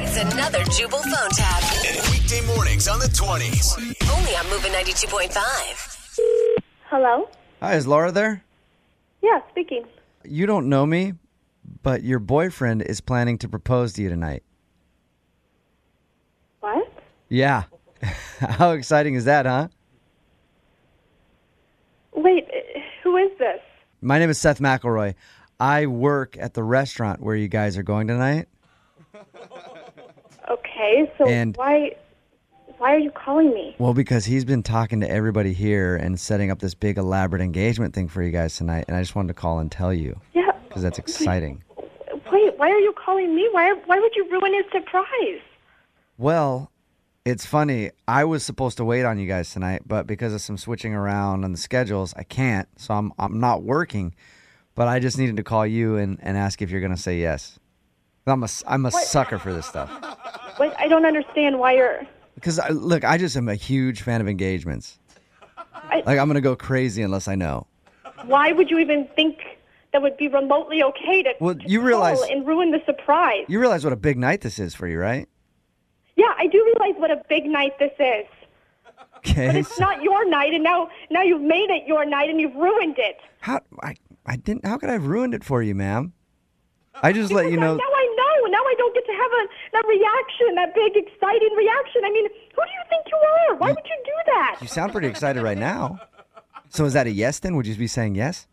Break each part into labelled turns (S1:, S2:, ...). S1: is another Jubal phone tab.
S2: Weekday mornings on the 20s.
S1: Only on Moving 92.5.
S3: Hello?
S4: Hi, is Laura there?
S3: Yeah, speaking.
S4: You don't know me, but your boyfriend is planning to propose to you tonight.
S3: What?
S4: Yeah. How exciting is that, huh?
S3: Wait, eh, who is this?
S4: My name is Seth McElroy. I work at the restaurant where you guys are going tonight.
S3: Okay, so
S4: And-
S3: why why are you calling me?
S4: Well, because he's been talking to everybody here and setting up this big elaborate engagement thing for you guys tonight, and I just wanted to call and tell you
S3: Yeah.
S4: because that's exciting.
S3: Wait, why are you calling me? Why why would you ruin his surprise?
S4: Well, it's funny. I was supposed to wait on you guys tonight, but because of some switching around on the schedules, I can't. So I'm I'm not working. But I just needed to call you and, and ask if you're going to say yes. I'm a, s- I'm a sucker for this stuff.
S3: Wait, I don't understand why you're
S4: Because, I, look, I just am a huge fan of engagements.
S3: I-
S4: like, I'm going to go crazy unless I know.
S3: why would you even think that would be remotely okay to,
S4: Well,
S3: to
S4: you realize-
S3: call and ruin the surprise.
S4: You realize what a big night this is for you, right?
S3: yeah, I do realize what a big night this is.
S4: Okay.
S3: It's not your night and now now you've made it your night and you've ruined it.
S4: How, I, I didn't, how could I have ruined it for you, ma'am? I just let you know.
S3: Now I know. Now I don't get to have a that reaction, that big exciting reaction. I mean, who do you think you are? Why would you do that?
S4: You sound pretty excited right now. So is that a yes then? Would you be saying yes?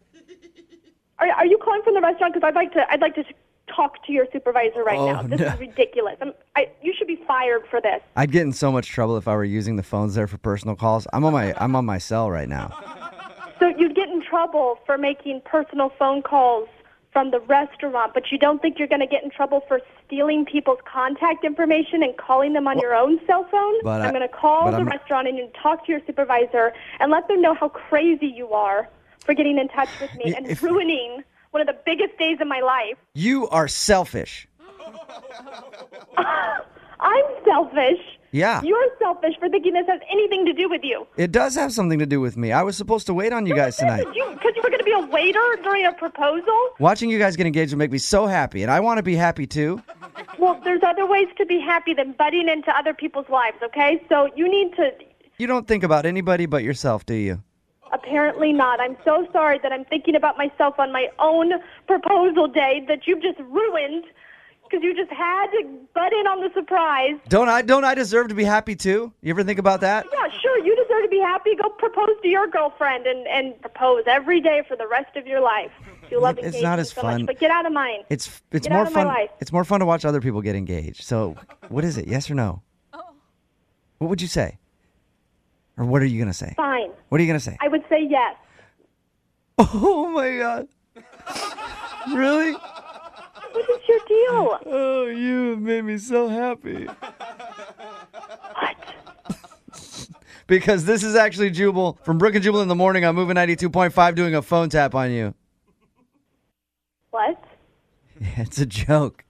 S3: Are, are you calling from the restaurant? Because I'd like to. I'd like to talk to your supervisor right
S4: Oh,
S3: now. This
S4: no.
S3: is ridiculous. I'm, I, you should be fired for this.
S4: I'd get in so much trouble if I were using the phones there for personal calls. I'm on my I'm on my cell right now.
S3: So you'd get in trouble for making personal phone calls from the restaurant, but you don't think you're going to get in trouble for stealing people's contact information and calling them on your own cell phone?
S4: But I-
S3: I'm going to call
S4: but
S3: the
S4: I'm-
S3: restaurant and talk to your supervisor and let them know how crazy you are for getting in touch with me
S4: Yeah,
S3: and
S4: if-
S3: ruining one of the biggest days of my life.
S4: You are selfish.
S3: I'm selfish.
S4: Yeah.
S3: You're selfish for thinking this has anything to do with you.
S4: It does have something to do with me. I was supposed to wait on you guys tonight.
S3: Because you, 'cause you were going to be a waiter during a proposal?
S4: Watching you guys get engaged would make me so happy, and I want to be happy too.
S3: Well, there's other ways to be happy than butting into other people's lives, okay? So you need to.
S4: You don't think about anybody but yourself, do you?
S3: Apparently not. I'm so sorry that I'm thinking about myself on my own proposal day that you've just ruined because you just had to butt in on the surprise.
S4: Don't I don't I deserve to be happy too? You ever think about that?
S3: Yeah, sure, you deserve to be happy. Go propose to your girlfriend and, and propose every day for the rest of your life. You love
S4: It's
S3: engagement
S4: not as
S3: so
S4: fun.
S3: much, but get out of mine.
S4: It's it's
S3: Get out
S4: more
S3: of my
S4: fun.
S3: life.
S4: It's more fun to watch other people get engaged. So, what is it? Yes or no?
S3: Oh.
S4: What would you say? Or what are you gonna say?
S3: Fine.
S4: What are you gonna say?
S3: I would say yes.
S4: Oh my god. really?
S3: What is your deal?
S4: Oh, you have made me so happy.
S3: What?
S4: Because this is actually Jubal from Brook and Jubal in the morning on Moving 92.5 doing a phone tap on you.
S3: What?
S4: It's a joke.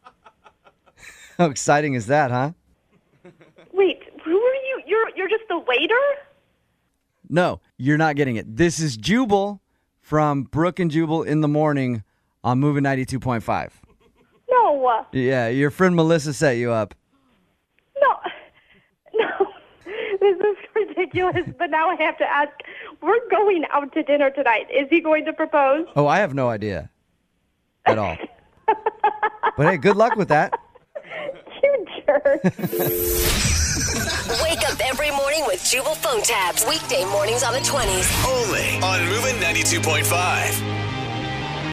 S4: How exciting is that, huh?
S3: Wait, who are you? You're you're just the waiter?
S4: No, you're not getting it. This is Jubal from Brook and Jubal in the morning on Moving 92.5.
S3: No, uh,
S4: Yeah, your friend Melissa set you up.
S3: no, no. This is ridiculous. but now I have to ask. We're going out to dinner tonight. Is he going to propose?
S4: Oh, I have no idea at all. but hey, good luck with that.
S3: You jerk.
S1: Wake up every morning with Jubal phone tabs. Weekday mornings on the 20s.
S2: Only on Moving 92.5.